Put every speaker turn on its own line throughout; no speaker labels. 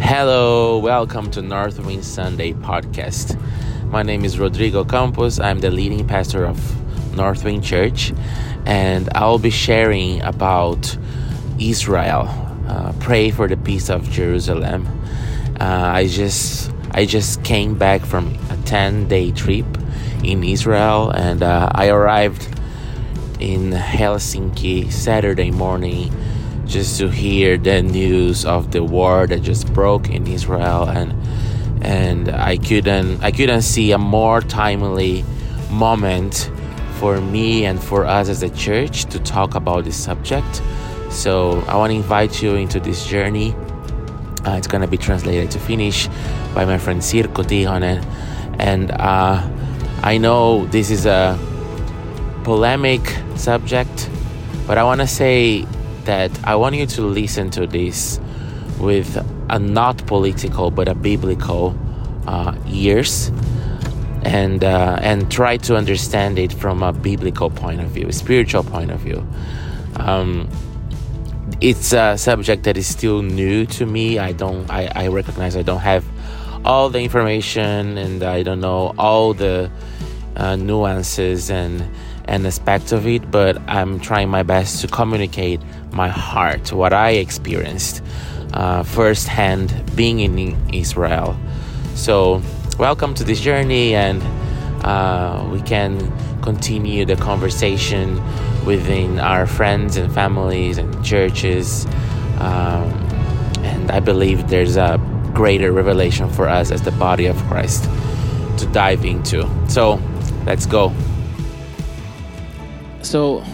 Hello, welcome to North Wind Sunday podcast. My name is Rodrigo Campos. I'm the leading pastor of North Wind Church, and I'll be sharing about Israel. Uh, pray for the peace of Jerusalem. Uh, I just I just came back from a 10-day trip in Israel, and uh, I arrived in Helsinki Saturday morning just to hear the news of the war that just broke in Israel and and I couldn't I couldn't see a more timely moment for me and for us as a church to talk about this subject. So I want to invite you into this journey. Uh, it's gonna be translated to Finnish by my friend Sirko Tihonen, and uh, I know this is a polemic subject, but I want to say that I want you to listen to this with a not political but a biblical uh, ears and uh, and try to understand it from a biblical point of view, spiritual point of view. Um, it's a subject that is still new to me. I don't I, I recognize I don't have all the information and I don't know all the uh, nuances and and aspects of it, but I'm trying my best to communicate my heart, what I experienced uh, firsthand being in Israel. So, welcome to this journey, and uh, we can continue the conversation within our friends and families and churches. Um, and I believe there's a greater revelation for us as the body of Christ to dive into. So, let's go so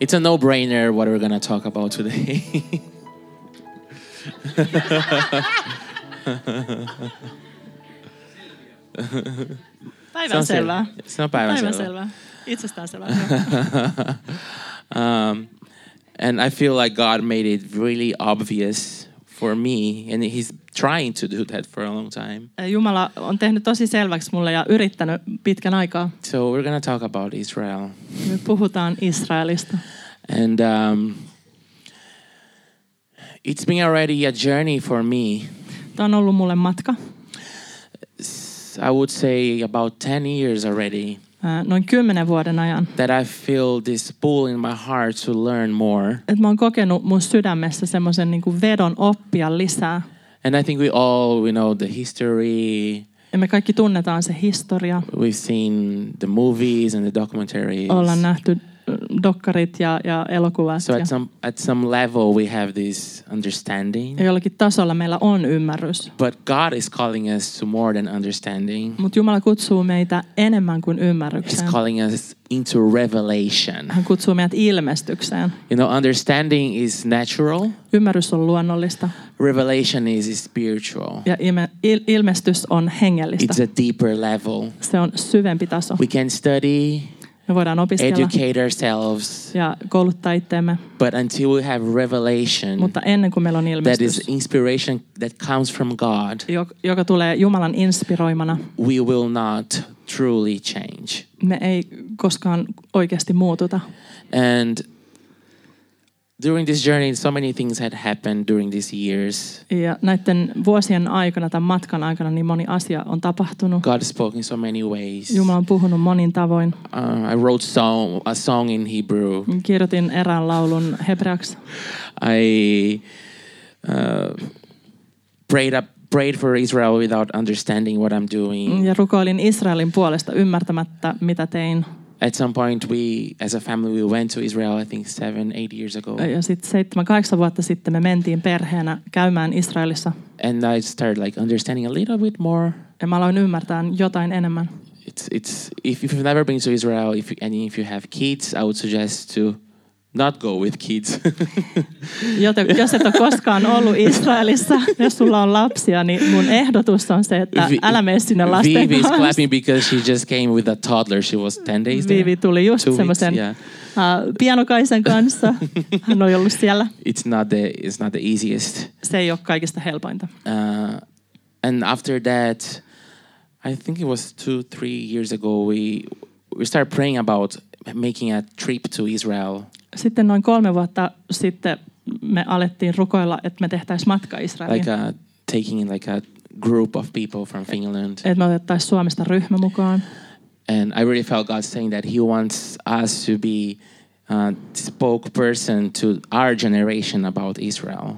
it's a no-brainer what we're gonna talk about today
Päivänselvää.
it's not päivänselvä.
Päivänselvää. Itsestään selvää.
um, and i feel like god made it really obvious for me and he's trying to do that for a long time
Jumala on tehnyt tosi selväksi mulle ja yrittänyt pitkän aikaa.
so we're gonna talk about israel
Me puhutaan Israelista.
and um, it's been already a journey for me
Tämä on ollut mulle matka
S- i would say about 10 years already
ää, noin kymmenen vuoden ajan.
that I feel this pull in my heart to learn more.
Et mä oon kokenut mun sydämessä semmoisen niinku vedon oppia lisää.
And I think we all we know the history.
Ja me kaikki tunnetaan se historia.
We've seen the movies and the documentaries.
Ollaan nähty ö, dokkarit ja, ja elokuvat.
So
ja,
at some at some level we have this understanding.
ja jollakin tasolla meillä on ymmärrys.
But God is calling us to more than understanding.
Mutta Jumala kutsuu meitä enemmän kuin
He's
ymmärrykseen.
calling us into revelation.
Hän kutsuu meidät ilmestykseen.
You know, understanding is natural.
Ymmärrys on luonnollista
Revelation is spiritual.
ja ilme, il, ilmestys on hengellistä.
It's a deeper level.
Se on syvempi taso.
We can study,
Me voidaan opiskella
educate ourselves,
ja kouluttaa itseämme,
But until we have revelation
mutta ennen kuin meillä on
that is
ilmestys,
inspiration that comes from God,
jo- joka tulee Jumalan inspiroimana,
we will not truly change.
me ei koskaan oikeasti muututa.
And during this journey, so many things had happened during these years.
Ja näiden vuosien aikana, tämän matkan aikana, niin moni asia on tapahtunut.
God spoke in so many ways.
Jumala on puhunut monin tavoin.
Uh, I wrote song, a song in Hebrew.
Kirjoitin erään laulun hebreaksi.
I uh, prayed up. Prayed for Israel without understanding what I'm doing.
Ja rukoilin Israelin puolesta ymmärtämättä, mitä tein.
At some point, we, as a family, we went to Israel. I think seven, eight years ago.
Ja sitten seitsemän, kahdeksan vuotta sitten me mentiin perheenä käymään Israelissa.
and I started like understanding a little bit more.
Ja mä aloin ymmärtää jotain enemmän.
It's it's if you've never been to Israel, if you, and if you have kids, I would suggest to not go with kids.
Joten jos et ole koskaan ollut Israelissa, jos sulla on lapsia, niin mun ehdotus on se, että
Vi-
älä mene sinne lasten
Vivi is
kanssa.
clapping because she just came with a toddler. She was ten days. there?
Viivi tuli just
Two weeks,
semmoisen
yeah.
uh, pianokaisen kanssa. Hän on ollut siellä.
It's not the it's not the easiest.
Se ei ole kaikista helpointa.
Uh, and after that, I think it was two three years ago. We we started praying about making a trip to Israel.
Sitten noin kolme vuotta sitten me alettiin rukoilla, että me tehtäisiin matka Israeliin.
like uh, taking like a group of people from Finland.
Että me otettaisiin Suomesta ryhmä mukaan.
And I really felt God saying that He wants us to be uh, spokesperson to our generation about Israel.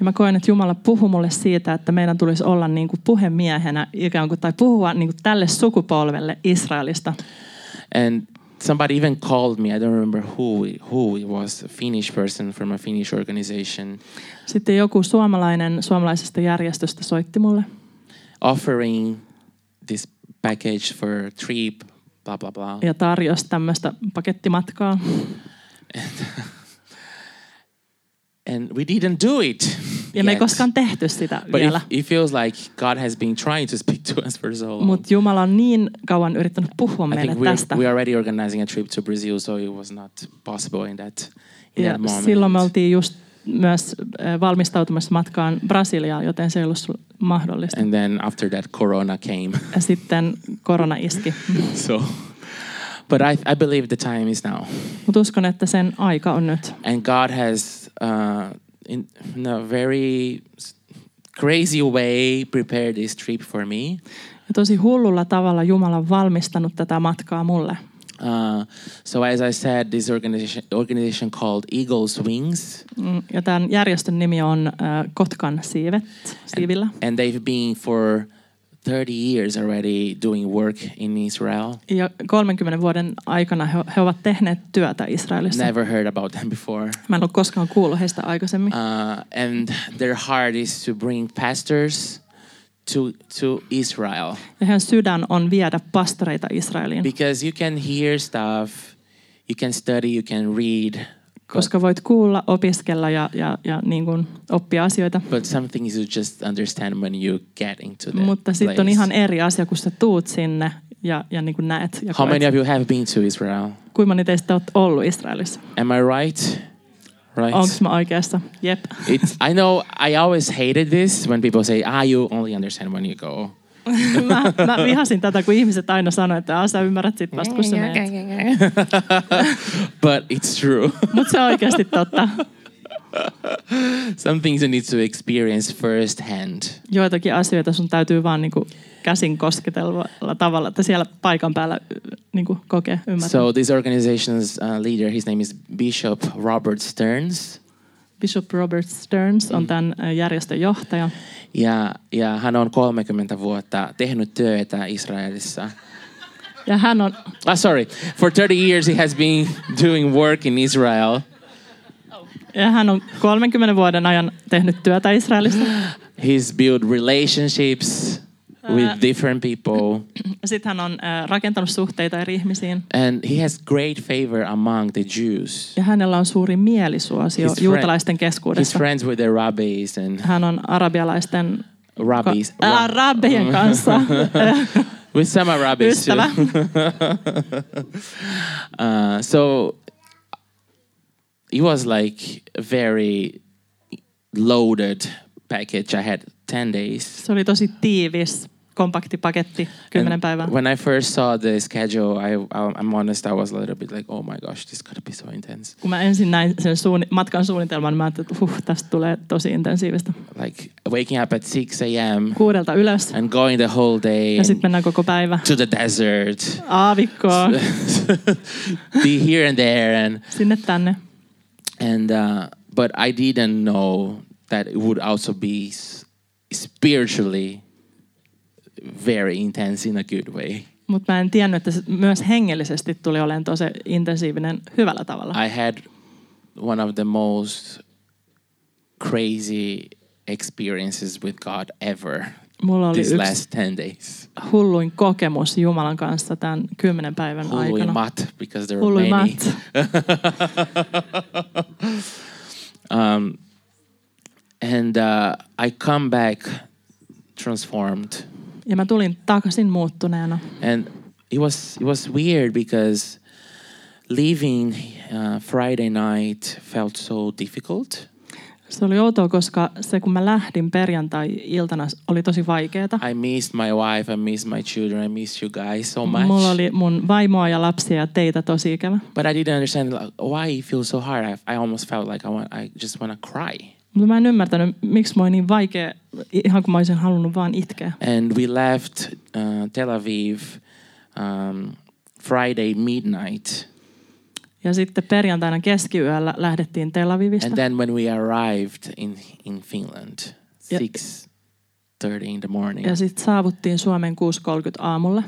Ja mä koen, että Jumala puhuu mulle siitä, että meidän tulisi olla niin kuin puhemiehenä ikään kuin, tai puhua niin kuin tälle sukupolvelle Israelista.
And somebody even called me. I don't remember who it- who it was. A Finnish person from a Finnish organization,
Sitten joku suomalainen suomalaisesta järjestöstä soitti mulle
offering this package for a trip. Blah blah blah.
ja tarjosi tämmöistä pakettimatkaa.
And we didn't do it.
Ja me ei
yet.
koskaan tehty sitä
But it,
vielä.
it feels like God has been trying to speak to us for so long.
Mutta Jumala on niin kauan yrittänyt puhua
I
meille
think we're,
tästä.
we're already organizing a trip to Brazil, so it was not possible in that in
Ja
that moment.
silloin me oltiin just myös äh, valmistautumassa matkaan Brasiliaan, joten se ei ollut sul- mahdollista.
and then after that, Corona came.
Ja sitten korona iski.
so, but I, I believe the time is now,
Mutta uskon, että sen aika on nyt.
and God has, uh, in, in a very s- crazy way, prepared this trip for me.
Ja tosi hullulla tavalla Jumala on valmistanut tätä matkaa mulle.
Uh, so, as I said, this organization organization called Eagles Wings.
Mm, Ja tämän järjestön nimi on äh, Kotkan siivet, siivillä.
and they've been for 30 years already doing work in Israel.
Ja 30 vuoden aikana he, he ovat tehneet työtä Israelissa.
Never heard about them before.
Mä en ole koskaan kuullut heistä aikaisemmin.
Uh, and their heart is to bring pastors to to Israel
Ja heidän sydän on viedä pastoreita Israeliin,
because you can hear stuff, you can study, you can read, but,
koska voit kuulla, opiskella ja, ja, ja niin kuin oppia asioita.
but something you just understand when you get into the
Mutta sitten on
place.
ihan eri asia, kun sä tuut sinne ja, ja niin kuin näet. Ja
How
koet.
many of you have been to Israel?
Kuinka moni teistä olet ollut Israelissa?
Am I right? Right.
Onko mä oikeassa? Jep.
It's, I know I always hated this when people say, ah, you only understand when you go.
mä, mä vihasin tätä, kun ihmiset aina sanoi, että "Aa, sä ymmärrät sit vasta, kun sä menet.
But it's true.
Mutta se on oikeasti totta.
Some things you need to experience firsthand.
Joitakin asioita sun täytyy vaan niinku käsin kosketella tavalla, että siellä paikan päällä y- niinku kokee, ymmärtää. So,
So this organization's uh, leader, his name is Bishop Robert Stearns.
Bishop Robert Stearns
Mm.
on tämän ö, järjestön johtaja.
Ja, ja hän on 30 vuotta tehnyt työtä Israelissa.
Ja hän on...
Ah, sorry. For 30 years he has been doing work in Israel.
Ja hän on 30 vuoden ajan tehnyt työtä Israelissa.
He's built relationships with different people.
Sitten hän on ö, rakentanut suhteita eri ihmisiin.
And he has great favor among the Jews.
Ja hänellä on suuri mielisuosio
His friend-
juutalaisten
He's
keskuudessa.
friends with the rabbis and
Hän on arabialaisten ka-
rabbis.
ää, rabbien kanssa
with some rabbis too.
ystävä.
Uh, so it was like a very loaded package. I had 10 days.
Se oli tosi tiivis, kompakti paketti, kymmenen
And
päivää.
When I first saw the schedule, I, I, I'm honest, I was a little bit like, oh my gosh, this gotta be so intense.
Kun mä ensin näin sen suunni, matkan suunnitelman, mä ajattelin, että huh, tästä tulee tosi intensiivistä.
Like waking up at 6 a.m.
Kuudelta ylös
and going the whole day
ja
and
sitten mennään koko päivä
to the desert,
aavikkoon,
be here and there, and
sinne tänne.
and uh, but I didn't know that it would also be s- spiritually very intense in a good way.
Mutta mä en tiennyt, että se myös hengellisesti tuli olemaan tosi intensiivinen hyvällä tavalla.
I had one of the most crazy experiences with God ever
Mulla oli
these
yksi
last 10 days.
hulluin kokemus Jumalan kanssa tämän kymmenen päivän
Hulu
aikana.
mat because there were many.
Hulluimmat.
And uh, I come back transformed.
Ja mä tulin takaisin muuttuneena.
and it was it was weird because leaving uh, Friday night felt so difficult.
Se oli outoa, koska se kun mä lähdin perjantai-iltana oli tosi vaikeeta.
I missed my wife, I missed my children, I missed you guys so much.
Mulla oli mun vaimoa ja lapsia ja teitä tosi ikävä.
But I didn't understand like, why it feels so hard. I, I almost felt like I want, I just want to cry.
Mutta mä en ymmärtänyt, miksi mä niin vaikea, ihan kun mä olisin halunnut vaan itkeä.
And we left uh, Tel Aviv um, Friday midnight.
Ja sitten perjantaina keskiyöllä lähdettiin Tel Avivista.
And then when we arrived in in Finland,
Ja-
six thirty in the morning,
Ja sitten saavuttiin Suomen 6.30 aamulla.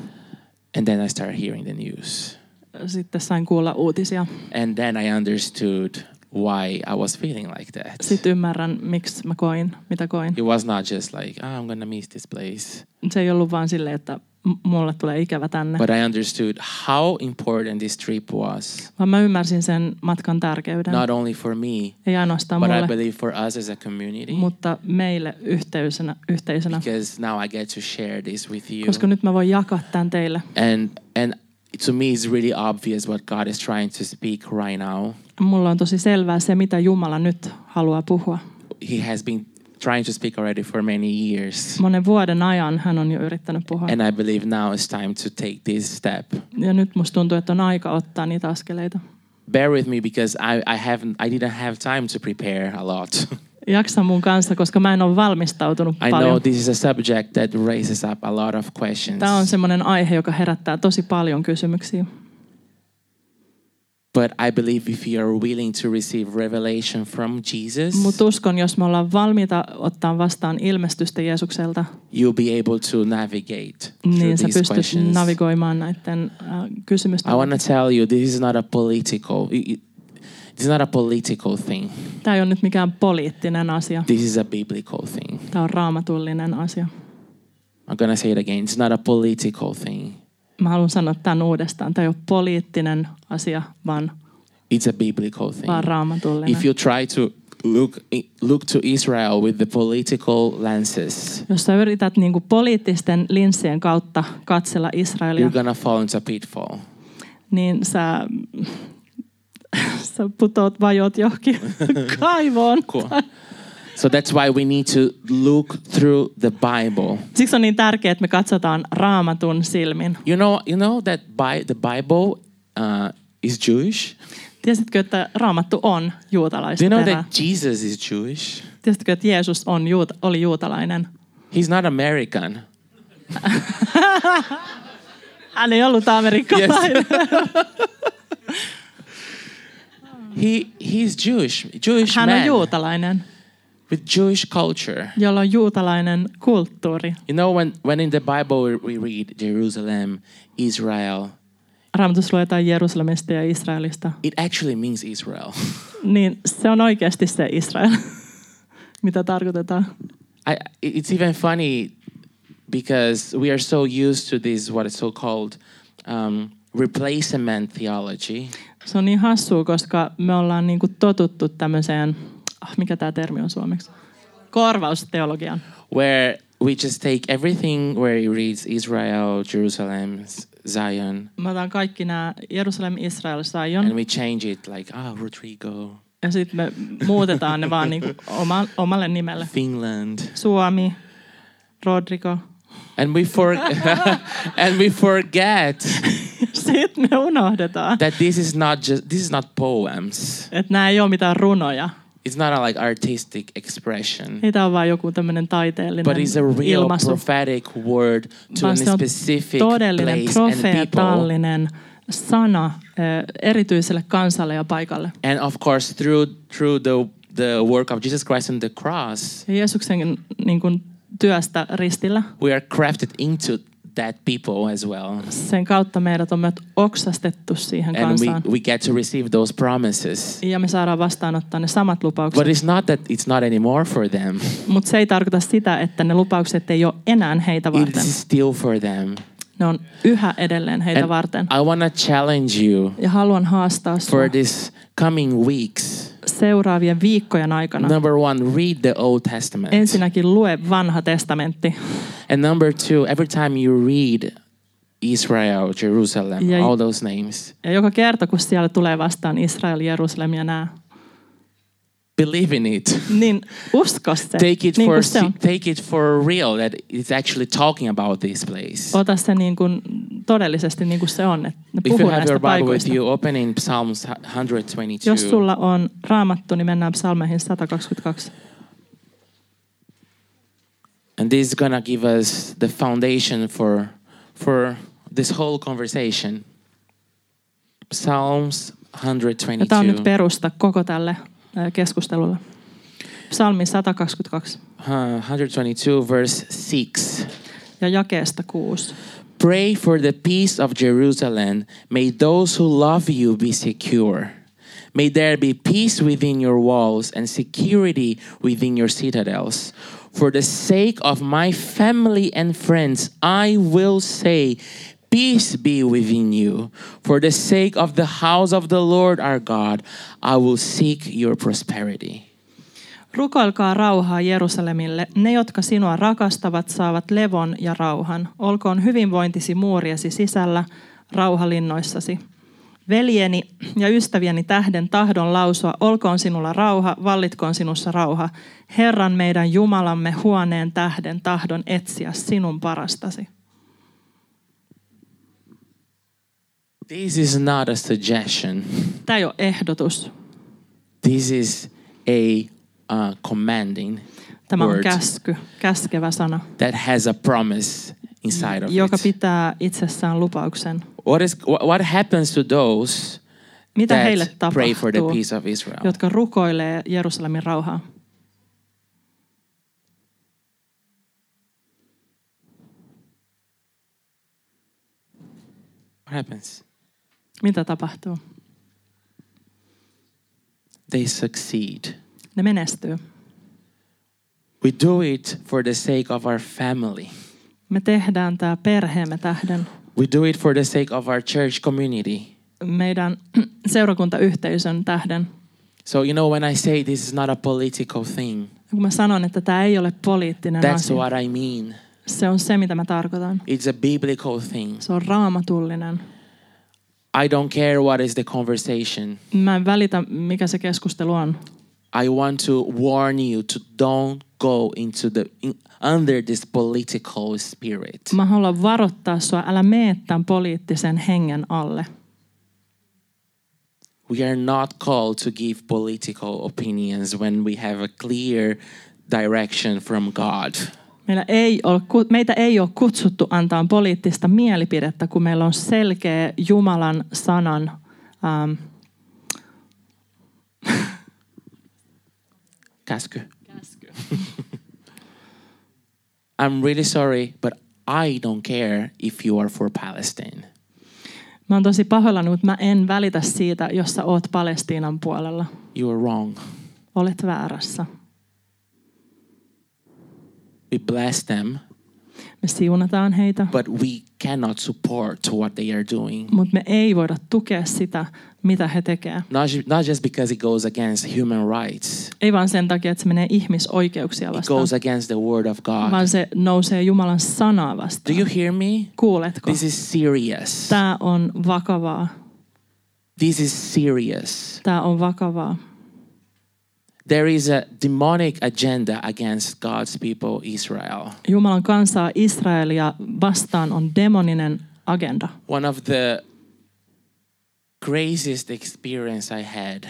and then I started hearing the news,
Sitten sain kuulla uutisia.
and then I understood why I was feeling like that.
Sitten ymmärrän, miksi mä koin, mitä koin.
It was not just like "Ah, I'm gonna miss this place,
Se ei ollut vaan silleen, että m- mulle tulee ikävä tänne.
but I understood how important this trip was,
Vaan mä ymmärsin sen matkan tärkeyden.
not only for me,
Ei ainoastaan
but I
mulle,
believe for us as a community.
mutta meille yhteisönä, yhteisönä.
Because now I get to share this with you,
Koska nyt mä voin jakaa tämän teille.
and and to me it's really obvious what God is trying to speak right now.
Mulla on tosi selvää se, mitä Jumala nyt haluaa puhua.
he has been trying to speak already for many years.
Monen vuoden ajan hän on jo yrittänyt puhua.
And I believe now it's time to take this step.
Ja nyt musta tuntuu, että on aika ottaa niitä askeleita.
Bear with me because I, I haven't I didn't have time to prepare a lot.
Jaksa mun kanssa, koska mä en ole valmistautunut
I know
paljon.
this is a subject that raises up a lot of questions.
Tämä on semmoinen aihe, joka herättää tosi paljon kysymyksiä.
But I believe if you are willing to receive revelation from Jesus,
Mutta uskon, jos me ollaan valmiita ottaa vastaan ilmestystä Jeesukselta,
you'll be able to navigate through
niin sä
these
pystyt
questions.
navigoimaan näiden äh, kysymysten.
I want to tell you this is not a political it- it- it's not a political thing.
Tämä ei ole nyt mikään poliittinen asia.
This is a biblical thing.
Tämä on raamatullinen asia.
I'm gonna say it again. It's not a political thing.
Mä haluan sanoa tämän uudestaan. Tämä ei ole poliittinen asia, vaan,
It's a biblical thing.
vaan raamatullinen.
If you try to look look to Israel with the political lenses,
Jos sä yrität niinku poliittisten linssien kautta katsella Israelia,
you're gonna fall into a pitfall.
niin sä, sä putoot vajot johonkin kaivoon.
Cool. so that's why we need to look through the Bible.
Siksi on niin tärkeää, että me katsotaan raamatun silmin.
You know, you know that by the Bible uh, is Jewish.
Tiesitkö, että raamattu on
Do you know
juutalaisperää?
that Jesus is Jewish?
Tiesitkö, että Jeesus on juut, oli juutalainen?
He's not American.
Hän ei ollut amerikkalainen. Yes.
He he's Jewish, Jewish
Hän on
man
juutalainen,
with Jewish culture.
jolla on juutalainen kulttuuri.
You know, when, when in the Bible we- we read Jerusalem, Israel,
Raamatussa luetaan Jerusalemista ja Israelista.
it actually means Israel.
Niin se on oikeasti se Israel, mitä tarkoitetaan.
I, it- it's even funny because we are so used to this, what is so called um, replacement theology.
Se on niin hassua, koska me ollaan niinku totuttu tämmöiseen, ah, mikä tämä termi on suomeksi? Korvausteologian.
where we just take everything where it reads Israel, Jerusalem, S- Zion,
Mä otan kaikki nämä Jerusalem, Israel,
and
Sion,
we change it like, ah, Rodrigo,
ja sitten me muutetaan ne vaan niinku oma, omalle nimelle.
Finland.
Suomi, Rodrigo.
And we, for- and we forget
Sitten me unohdetaan,
that this is not just, this is not poems.
että nämä ei ole mitään runoja.
it's not a like artistic expression,
Niitä on vaan joku tämmöinen taiteellinen
but it's a real
ilmaisu.
prophetic word to
vaan
a
se on
specific
todellinen
place and people.
profeetallinen sana eh, erityiselle kansalle ja paikalle.
And of course, through through the the work of Jesus Christ on the cross,
Ja Jeesuksen niin kuin, työstä ristillä,
we are crafted into that people as well,
sen kautta meidät on myös oksastettu siihen
and we
kansaan.
we get to receive those promises.
Ja me saadaan vastaanottaa ne samat lupaukset.
But it's not that it's not anymore for them.
Mutta se ei tarkoita sitä, että ne lupaukset ei ole enää heitä varten.
It's still for them.
Ne on yhä edelleen heitä varten.
I want to challenge you
Ja haluan haastaa sinua
for this coming weeks.
seuraavien viikkojen aikana.
Number one, read the Old Testament.
Ensinnäkin lue vanha testamentti.
And number two, every time you read Israel, Jerusalem,
Yeah, you-
all those names,
Ja joka kerta, kun siellä tulee vastaan Israel, Jerusalem ja nämä,
believe in it.
niin usko se,
Take it
niin
for
kuin se on.
take it for real that it's actually talking about this place.
Ota se niin kuin todellisesti niin kuin se on, että ne
If you
puhuu
have
näistä
your Bible with
paikoista.
you, open in Psalms 122.
Jos sulla on raamattu, niin mennään psalmeihin 122.
And this is gonna give us the foundation for for this whole conversation. Psalms
Ja tämä on nyt
122.
perusta koko tälle ää, keskustelulle. Psalmi 122
Uh, 122 verse 6.
ja jakeesta 6.
Pray for the peace of Jerusalem. May those who love you be secure. May there be peace within your walls and security within your citadels. For the sake of my family and friends, I will say, Peace be within you. For the sake of the house of the Lord our God, I will seek your prosperity.
Rukoilkaa rauhaa Jerusalemille. Ne, jotka sinua rakastavat, saavat levon ja rauhan. Olkoon hyvinvointisi muuriesi sisällä, rauha linnoissasi. Veljeni ja ystävieni tähden tahdon lausua, olkoon sinulla rauha, vallitkoon sinussa rauha. Herran meidän Jumalamme huoneen tähden tahdon etsiä sinun parastasi.
This is not a suggestion.
Tämä ei ole ehdotus,
This is a uh, commanding
tämä on
word
käsky, käskevä sana,
that has a promise inside of
joka
it.
pitää itsessään lupauksen.
What is wha- what happens to those
Mitä heille
that pray for the
tapahtuu?
peace of Israel?
jotka rukoilee Jerusalemin rauhaa.
What happens?
Mitä tapahtuu?
They succeed.
Ne menestyy.
We do it for the sake of our family.
Me tehdään tämä perheemme tähden,
We do it for the sake of our church community.
meidän seurakuntayhteisön tähden.
So you know when I say this is not a political thing,
Kun mä sanon, että tämä ei ole poliittinen
that's
asia,
what I mean.
se on se, mitä mä tarkoitan.
It's a biblical thing.
Se on raamatullinen.
I don't care what is the conversation.
Mä en välitä, mikä se keskustelu on.
I want to warn you to don't go into the in, under this political spirit.
Mä haluan varoittaa sua, älä mene tämän poliittisen hengen alle.
We are not called to give political opinions when we have a clear direction from God.
Meillä ei ole, ku- meitä ei ole kutsuttu antaa poliittista mielipidettä, kun meillä on selkeä Jumalan sanan. Ähm,
Casco. I'm really sorry, but I don't care if you are for Palestine.
mä oon tosi pahoillani, mutta mä en välitä siitä, jos sä oot Palestiinan puolella.
You are wrong.
Olet väärässä.
We bless them,
Me siunataan heitä,
but we cannot support what they are doing.
mutta me ei voida tukea sitä, mitä he tekevät.
Not, ju- not just because it goes against human rights,
Ei vaan sen takia, että se menee ihmisoikeuksia
it
vastaan,
goes against the word of God.
vaan se nousee Jumalan sanaa
Do
vastaan.
you hear me?
Kuuletko?
This is serious.
Tämä on vakavaa.
This is serious.
Tämä on vakavaa.
There is a demonic agenda against God's people, Israel.
Jumalan kansaa Israelia vastaan on demoninen agenda.
One of the craziest experience I had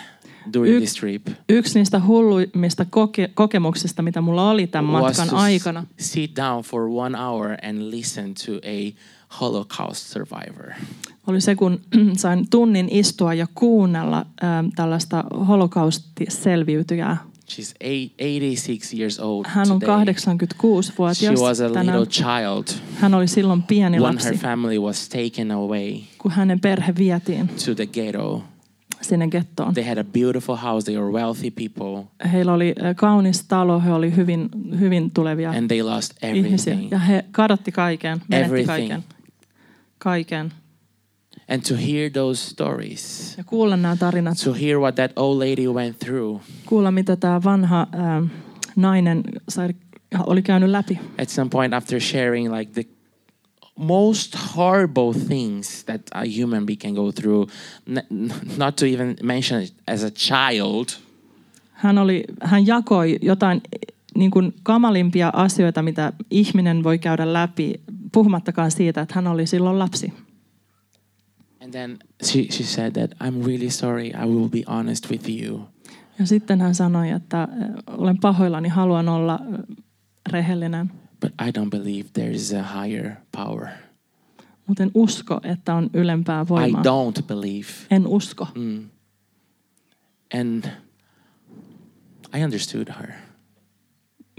during
Yk-
this trip
Yksi niistä hulluimmista koke- kokemuksista, mitä mulla oli tämän
was
matkan
to
aikana,
s- sit down for one hour and listen to a Holocaust survivor.
oli se, kun sain tunnin istua ja kuunnella ähm, tällaista holokaustiselviytyjää.
She's eight, 86 years old
Hän on
today. She
86-vuotias
was a
tänään.
little child
Hän oli silloin pieni
when
lapsi,
her family was taken away
kun hänen perhe vietiin
to the ghetto.
sinne gettoon.
They had a beautiful house. They were wealthy people.
Heillä oli äh, kaunis talo, he oli hyvin, hyvin tulevia
and they lost
ihmisiä.
everything.
Ja he kadotti kaiken, menetti
Everything.
kaiken. Kaiken.
And to hear those stories,
Ja kuulla nämä tarinat,
to hear what that old lady went through,
kuulla mitä tämä vanha ähm, nainen sai, oli käynyt läpi.
at some point after sharing like the most horrible things that a human being can go through, n- n- not to even mention it as a child,
Hän, oli, hän jakoi jotain niin kuin kamalimpia asioita, mitä ihminen voi käydä läpi, puhumattakaan siitä, että hän oli silloin lapsi.
And then she, she said that I'm really sorry. I will be honest with you.
Ja sitten hän sanoi, että eh, olen pahoillani, haluan olla eh, rehellinen,
But I don't believe there is a higher power.
mutta en usko, että on ylempää
I
voimaa.
don't believe.
En usko.
Mm. And I understood her.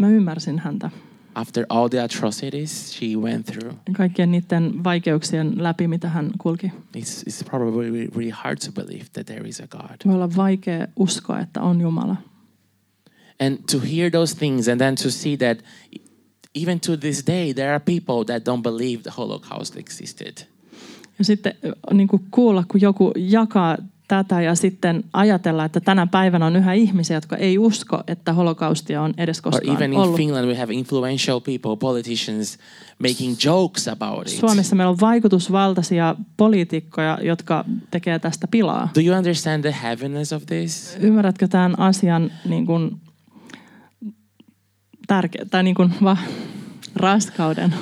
Mä ymmärsin häntä.
After all the atrocities she went through,
Kaikkien niiden vaikeuksien läpi, mitä hän kulki.
it's, it's probably re- really hard to believe that there is a God.
Voi olla vaikea uskoa, että on Jumala.
And to hear those things and then to see that even to this day, there are people that don't believe the Holocaust existed.
Ja sitten niin kuin kuulla, kun joku jakaa tätä ja sitten ajatella, että tänä päivänä on yhä ihmisiä, jotka ei usko, että holokaustia on edes
Or
koskaan
even in
ollut.
Finland, we have influential people, politicians, making jokes about it.
Suomessa meillä on vaikutusvaltaisia poliitikkoja, jotka tekee tästä pilaa.
Do you understand the heaviness of this?
Ymmärrätkö tämän asian niin kuin, tärke- tai niin kuin, va- raskauden?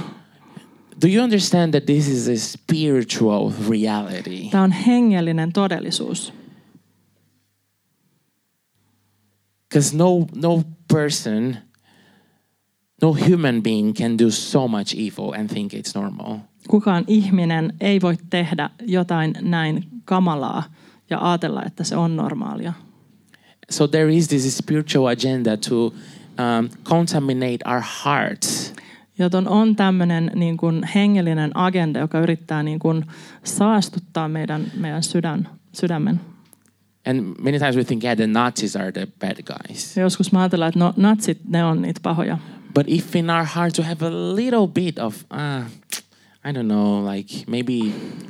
Do you understand that this is a spiritual reality?
Tämä on hengellinen todellisuus.
Because no, no person, no human being can do so much evil and think it's normal.
Kukaan ihminen ei voi tehdä jotain näin kamalaa ja ajatella, että se on normaalia.
So there is this spiritual agenda to um, contaminate our hearts
Joten on tämmöinen niin kuin hengellinen agenda, joka yrittää niin kuin saastuttaa meidän, meidän sydän, sydämen.
And many times we think, yeah, the Nazis are the bad guys.
Ja joskus mä ajatellaan, että no natsit, ne on niitä pahoja.
But if in our hearts we have a little bit of, ah, I don't know, like maybe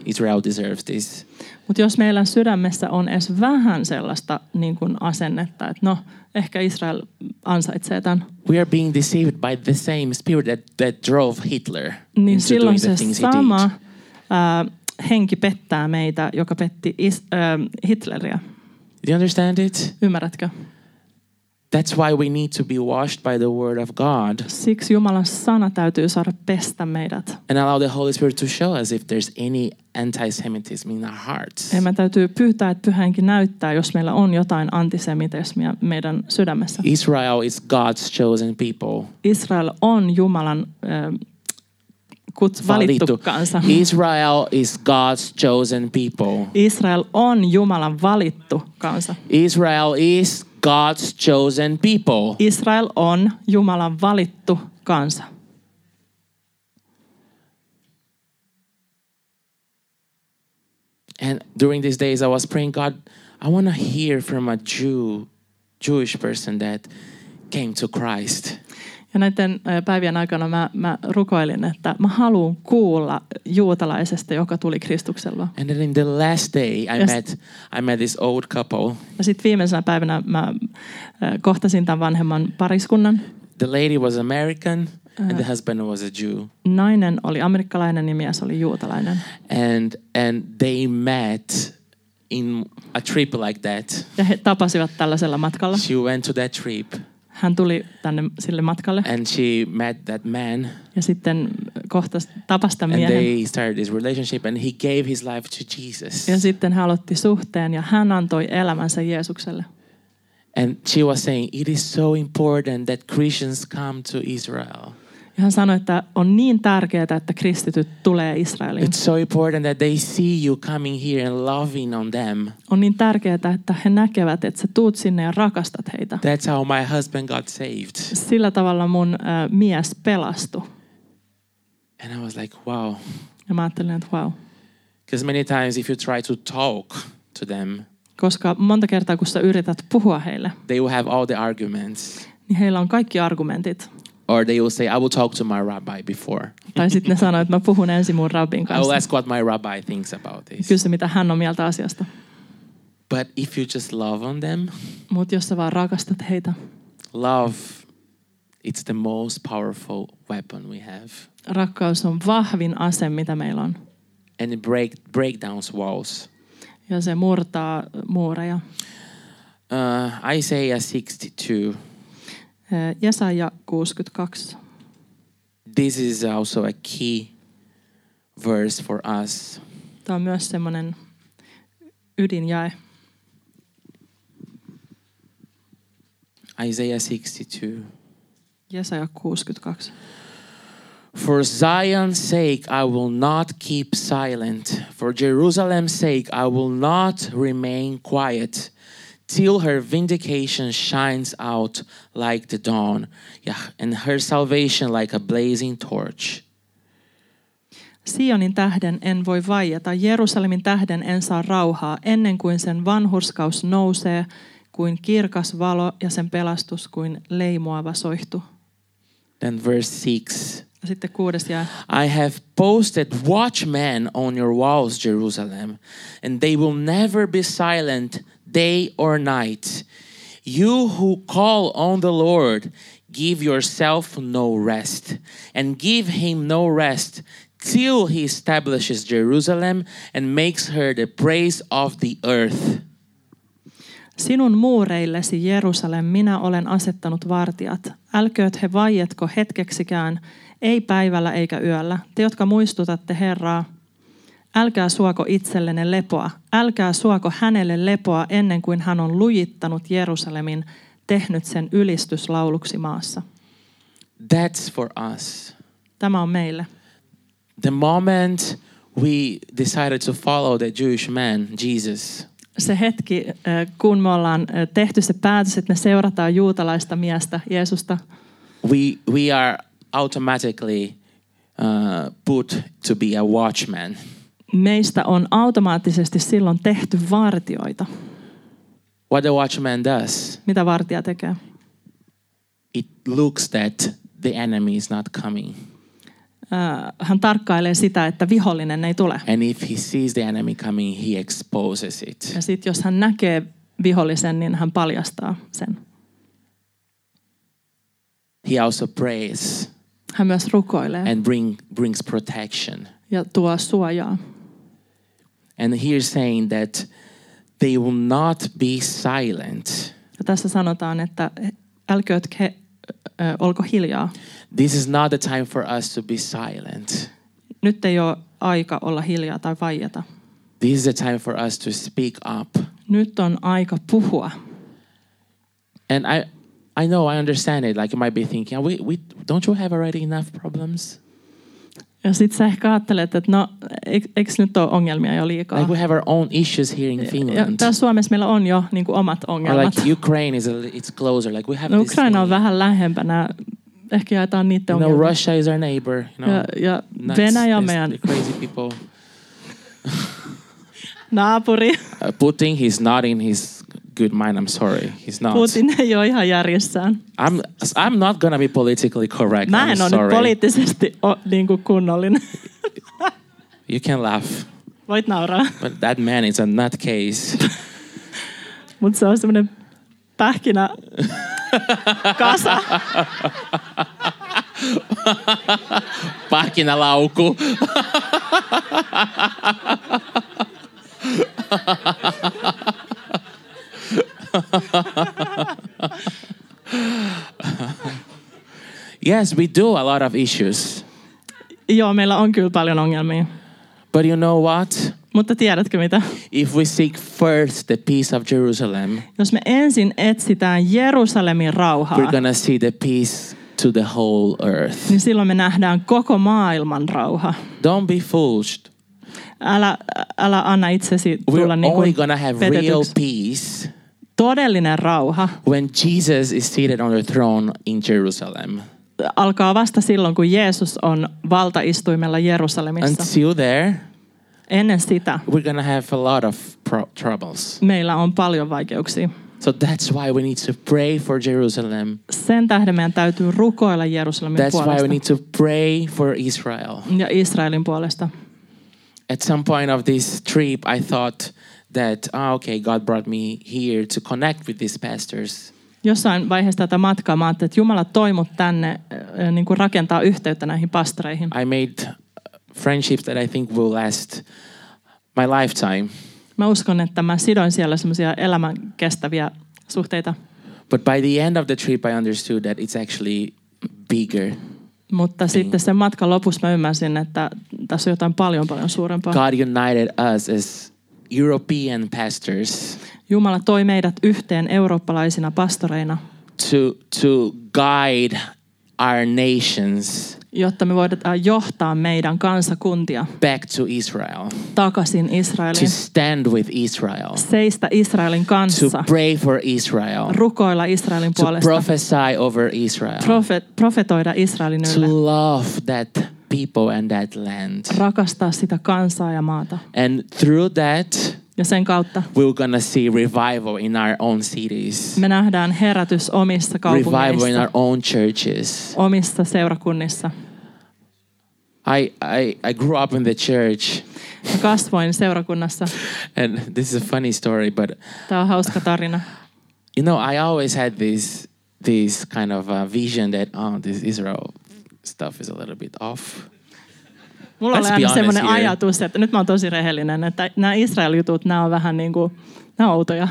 Israel deserves this.
Mutta jos meillä sydämessä on edes vähän sellaista niin kuin asennetta, että no, ehkä Israel ansaitsee niin tämän,
We are being deceived by the same spirit that, that drove Hitler
niin
into doing
silloin se
the things he
sama
did.
ää, henki pettää meitä, joka petti is, ää, Hitleriä.
Do you understand it?
Ymmärrätkö?
That's why we need to be washed by the word of God
Siksi Jumalan sana täytyy saada pestä meidät.
and allow the Holy Spirit to show us if there's any anti-Semitism in our hearts.
Ja me täytyy pyytää, että pyhänkin näyttää, jos meillä on jotain antisemitismiä meidän sydämessä.
Israel is God's chosen people.
Israel on Jumalan äh, kuts, valittu,
Valittu.
kansa.
Israel is God's chosen people.
Israel on Jumalan valittu kansa.
Israel is God's chosen people.
Israel on Jumalan valittu kansa.
And during these days, I was praying, God, I want to hear from a Jew, Jewish person that came to Christ.
Ja näiden äh, päivien aikana mä, mä rukoilin, että mä haluan kuulla juutalaisesta, joka tuli Kristuksella.
And then in the last day, I
Yes.
met I met this old couple.
Ja sitten viimeisenä päivänä mä äh, kohtasin tämän vanhemman pariskunnan.
The lady was American, and the husband was a Jew.
Nainen oli amerikkalainen ja mies oli juutalainen.
And and they met in a trip like that.
Ja he tapasivat tällaisella matkalla.
She went to that trip
Hän tuli tänne sille matkalle
and she met that man.
ja sitten kohtas, tapasi tämän
and
miehen.
they started this relationship and he gave his life to jesus
Ja sitten hän aloitti suhteen ja hän antoi elämänsä Jeesukselle.
and she was saying it is so important that christians come to israel
Ja hän sanoi, että on niin tärkeää, että kristityt tulee Israeliin.
it's so important that they see you coming here and loving on them
On niin tärkeää, että he näkevät, että sä tuut sinne ja rakastat heitä.
that's how my husband got saved
Sillä tavalla mun ö, mies pelastui.
and i was like wow
Ja mä ajattelin, että wow.
because many times if you try to talk to them
Koska monta kertaa, kun sä yrität puhua heille,
they will have all the arguments
niin heillä on kaikki argumentit.
or they will say i will talk to my rabbi before
Tai sitten ne sanoo, että mä puhun ensin mun rabbin
i will
kanssa.
ask what my rabbi thinks about this
Kysy, mitä hän on mieltä asiasta.
but if you just love on them
Mutta jos sä vaan rakastat heitä,
love it's the most powerful weapon we have
rakkaus on vahvin ase, mitä meillä on.
and it break break down walls
Ja se murtaa muureja.
uh, Isaiah 62.
Ee, Jesaja 62.
This is also a key verse for us.
Tämä on myös semmoinen ydinjae.
Isaiah 62.
Jesaja 62.
For Zion's sake, I will not keep silent. For Jerusalem's sake, I will not remain quiet till her vindication shines out like the dawn, yeah, and her salvation like a blazing torch.
Sionin tähden en voi vaieta, Jerusalemin tähden en saa rauhaa, ennen kuin sen vanhurskaus nousee kuin kirkas valo ja sen pelastus kuin leimoava soihtu.
Then, verse 6
Ja sitten kuudes jää.
I have posted watchmen on your walls, Jerusalem, and they will never be silent day or night. You who call on the Lord, give yourself no rest, and give him no rest till he establishes Jerusalem and makes her the praise of the earth.
Sinun muureillesi Jerusalem minä olen asettanut vartijat. Älkööt he vaietko hetkeksikään, ei päivällä eikä yöllä. Te, jotka muistutatte Herraa, älkää suoko itsellenne lepoa. Älkää suoko hänelle lepoa ennen kuin hän on lujittanut Jerusalemin, tehnyt sen ylistyslauluksi maassa.
That's for us.
Tämä on meille.
The moment we decided to follow the Jewish man, Jesus,
Se hetki, eh, kun me ollaan eh, tehty se päätös, että me seurataan juutalaista miestä, Jeesusta,
we we are automatically uh, put to be a watchman.
meistä on automaattisesti silloin tehty vartioita.
What the watchman does,
Mitä vartija tekee?
it looks that the enemy is not coming,
Ää, Hän tarkkailee sitä, että vihollinen ei tule.
and if he sees the enemy coming, he exposes it.
Ja sitten jos hän näkee vihollisen, niin hän paljastaa sen.
He also prays
Hän myös rukoilee
and bring brings protection.
ja tuo suojaa.
And here saying that they will not be silent.
Ja tässä sanotaan, että älkööt he, ö, olko hiljaa.
This is not the time for us to be silent.
Nyt ei ole aika olla hiljaa tai vaieta.
This is the time for us to speak up.
Nyt on aika puhua.
And I, I know, I understand it. Like you might be thinking, "Ah, we, we, don't you have already enough problems?
Ja sitten sä ehkä ajattelet, että no, eik- eikö nyt ole ongelmia jo liikaa?
Like we have our own issues here in
Ja
Finland.
täällä Suomessa meillä on jo niin kuin omat
Or
ongelmat.
like Ukraine is a, li- it's closer. Like we have
No,
this.
Ukraina on
thing.
vähän lähempänä. Ehkä jaetaan niiden
You know,
ongelmia.
No, Russia is our neighbor. You know,
Ja, ja
nuts,
Venäjä on
this-
meidän
the crazy people.
naapuri.
Uh, Putin, he's not in his good mind. I'm sorry, he's not.
Putin ei ole ihan järjissään.
I'm I'm not gonna be politically correct.
Mä
I'm
en ole nyt
sorry.
poliittisesti o, niin kuin kunnollinen.
you can laugh,
Voit nauraa,
but that man is a nutcase.
mutta se on semmoinen pähkinä kasa.
Pähkinälauku. yes, we do a lot of issues.
Joo, meillä on kyllä paljon ongelmia.
But you know what?
Mutta tiedätkö mitä?
If we seek first the peace of Jerusalem,
Jos me ensin etsitään Jerusalemin rauhaa,
we're gonna see the peace to the whole earth.
niin silloin me nähdään koko maailman rauha.
Don't be fooled.
Älä, älä anna itsesi
We're
tulla niin
only
kuin
gonna have real
petetyksi.
peace
Todellinen rauha
when Jesus is seated on the throne in Jerusalem.
alkaa vasta silloin, kun Jeesus on valtaistuimella Jerusalemissa.
Until there,
Ennen sitä
we're gonna have a lot of pro- troubles.
meillä on paljon vaikeuksia.
So that's why we need to pray for Jerusalem.
Sen tähden meidän täytyy rukoilla Jerusalemin
That's why
puolesta
we need to pray for Israel.
ja Israelin puolesta.
At some point of this trip, I thought that, ah, okay, God brought me here to connect with these pastors.
Jossain vaiheessa tätä matkaa mä ajattelin, että Jumala toi mut tänne äh, niin kuin rakentaa yhteyttä näihin pastoreihin.
I made uh, friendships that I think will last my lifetime.
Mä uskon, että mä sidoin siellä semmoisia elämän kestäviä suhteita.
But by the end of the trip, I understood that it's actually bigger.
Mutta
Niin.
sitten sen matkan lopussa mä ymmärsin, että tässä on jotain paljon paljon suurempaa.
God united us as European pastors
Jumala toi meidät yhteen eurooppalaisina pastoreina,
to to guide our nations
jotta me voidaan johtaa meidän kansakuntia
back to Israel,
takaisin
to
Israeliin.
stand with Israel,
Seistä Israelin kanssa,
to pray for Israel,
rukoilla Israelin
to
puolesta,
prophesy over Israel,
profe- profetoida Israelin
to
ylle,
love that people and that land.
rakastaa sitä kansaa ja maata.
And through that,
Ja sen kautta
we're gonna see revival in our own cities,
me nähdään herätys omissa
revival in
kaupungeissa,
our own churches.
omissa seurakunnissa.
I, I I grew up in the church,
Mä kasvoin seurakunnassa.
and this is a funny story, but
Tämä on hauska tarina.
you know I always had this this kind of uh, vision that oh this Israel stuff is a little bit off.
Mulla
Let's
oli
be
aina
honest
semmoinen
here.
ajatus, että nyt mä oon tosi rehellinen, että nämä Israel-jutut, nämä on vähän niin kuin, nämä on outoja.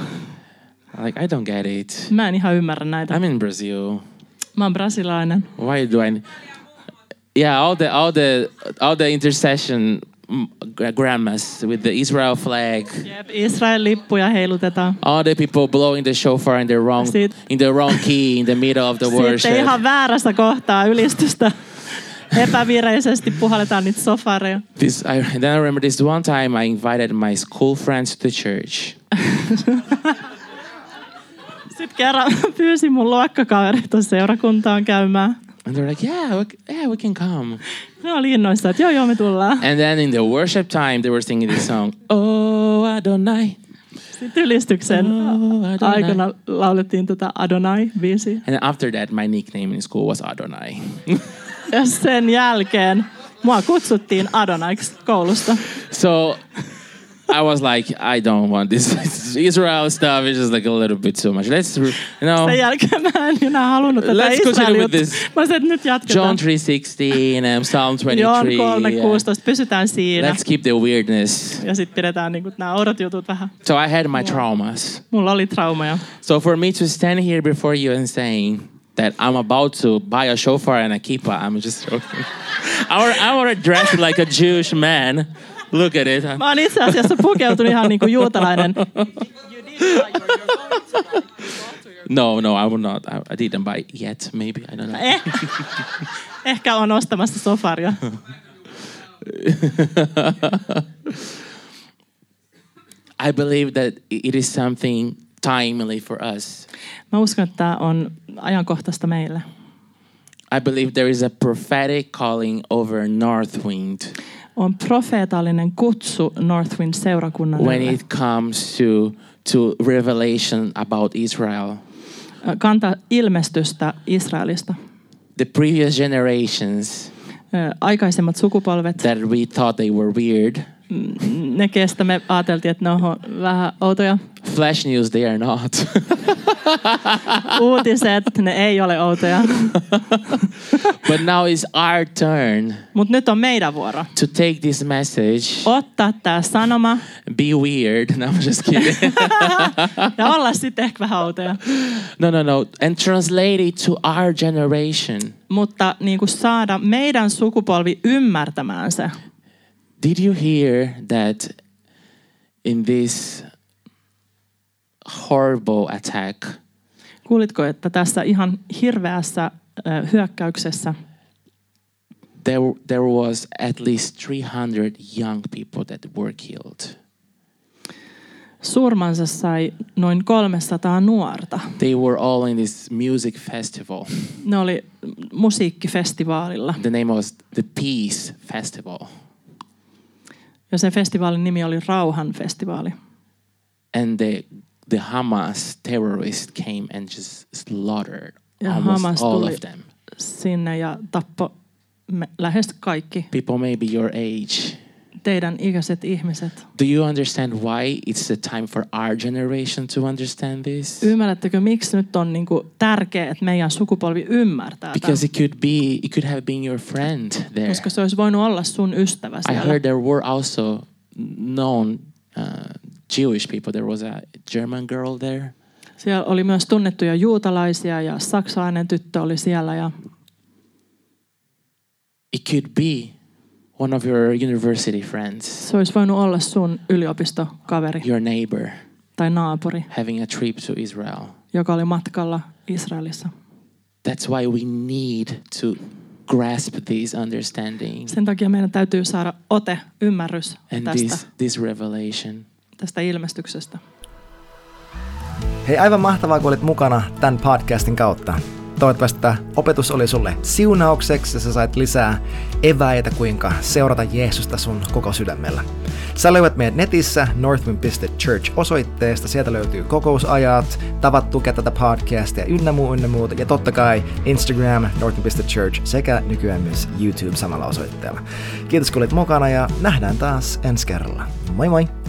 Like I don't get it.
Mä en ihan ymmärrä näitä.
I'm in Brazil.
Mä oon brasilainen.
Why do I? Yeah, all the all the all the intercession mm, gra- grandmas with the Israel flag.
Jep, Israel-lippuja heilutetaan.
All the people blowing the shofar in the wrong
Sit-
in the wrong key in the middle of the worship.
Sitten ihan väärässä kohtaa ylistystä. Epävireisesti puhalletaan niitä sofareja.
This I then I remember this one time I invited my school friends to the church.
Sitten kerran pyysin mun luokkakaverit tuon seurakuntaan käymään.
And they're like, yeah, we, c- yeah, we can come.
Ne oli innoissaan, että joo joo me tullaan.
And then in the worship time, they were singing this song, Oh Adonai.
Sitten ylistyksen
Oh, Adonai.
aikana laulettiin tätä Adonai-biisiä.
And after that, my nickname in school was Adonai.
Ja sen jälkeen mua kutsuttiin Adonaiksi koulusta.
So I was like, I don't want this Israel stuff. It's just like a little bit too much. Let's, re- you
Sen
know,
jälkeen mä en enää halunnut tätä
Let's continue
Israelin
with
juttua.
this.
Mä sanoin, että nyt jatketaan.
John 3.16 and Psalm
John
23. yeah.
3.16, pysytään siinä.
Let's keep the weirdness.
Ja sitten pidetään niinku nämä odot jutut vähän.
So I had my traumas.
Mulla oli traumaja.
So for me to stand here before you and saying that I'm about to buy a shofar and a kippah, I'm just joking. I were, I were dressed like a Jewish man. Look at it.
Mä oon itse asiassa pukeutunut ihan niinku juutalainen.
No, no, I will not. I, I didn't buy it yet. Maybe I don't know.
Eh. Ehkä on ostamassa sofaria.
I believe that i- it is something timely for us.
Mä uskon, että tämä on ajankohtaista meille.
I believe there is a prophetic calling over North Wind
On profeetallinen kutsu Northwind seurakunnan
when
ylle.
it comes to to revelation about Israel.
kantaa ilmestystä Israelista.
The previous generations
Ö, Aikaisemmat sukupolvet,
that we thought they were weird,
ne kestä me ajateltiin, että ne on vähän outoja.
flash news they are not.
Uutiset, ne ei ole outoja.
but now it's our turn
Mutta nyt on meidän vuoro.
to take this message.
Ottaa tämä sanoma
Be weird. No, I'm just kidding.
ja olla sitten ehkä vähän outoja.
no, no, no. And translate it to our generation.
Mutta niin kuin saada meidän sukupolvi ymmärtämään se.
Did you hear that in this horrible attack,
Kuulitko, että tässä ihan hirveässä ö, hyökkäyksessä
there, there was at least 300 young people that were killed.
surmansa sai noin 300 nuorta.
They were all in this music festival.
Ne oli musiikkifestivaalilla.
The name was the Peace Festival.
Ja sen festivaalin nimi oli Rauhan festivaali.
And the, the Hamas terrorists came and just slaughtered
Ja
almost
Hamas
all
tuli-
of them.
Sinne ja tappo me, lähes kaikki
People maybe your age.
teidän ikäiset ihmiset.
Do you understand why it's the time for our generation to understand this?
Um, Ymmärrättekö, miksi nyt on niinku tärkeää, että meidän sukupolvi ymmärtää tämän?
Because it could be, it could have been your friend there.
Koska se olisi voinut olla sun ystävä
I
siellä.
heard there were also known uh, Jewish people. There was a German girl there.
Siellä oli myös tunnettuja juutalaisia ja saksalainen tyttö oli siellä ja
It could be one of your university friends,
se olisi voinut olla sun yliopistokaveri
your neighbor,
tai naapuri,
having a trip to Israel.
joka oli matkalla Israelissa.
That's why we need to grasp this understanding
Sen takia meidän täytyy saada ote, ymmärrys
and this,
tästä,
this revelation.
tästä ilmestyksestä.
Hei, aivan mahtavaa, kun olit mukana tämän podcastin kautta. Toivottavasti tämä opetus oli sulle siunaukseksi ja sä sait lisää eväitä, kuinka seurata Jeesusta sun koko sydämellä. Sä löydät meidät netissä northwind.church osoitteesta. Sieltä löytyy kokousajat, tavat tukea tätä podcastia ynnä muu, ynnä muuta. Ja totta kai Instagram, northwind.church sekä nykyään myös YouTube samalla osoitteella. Kiitos kun olit mukana ja nähdään taas ensi kerralla. Moi moi!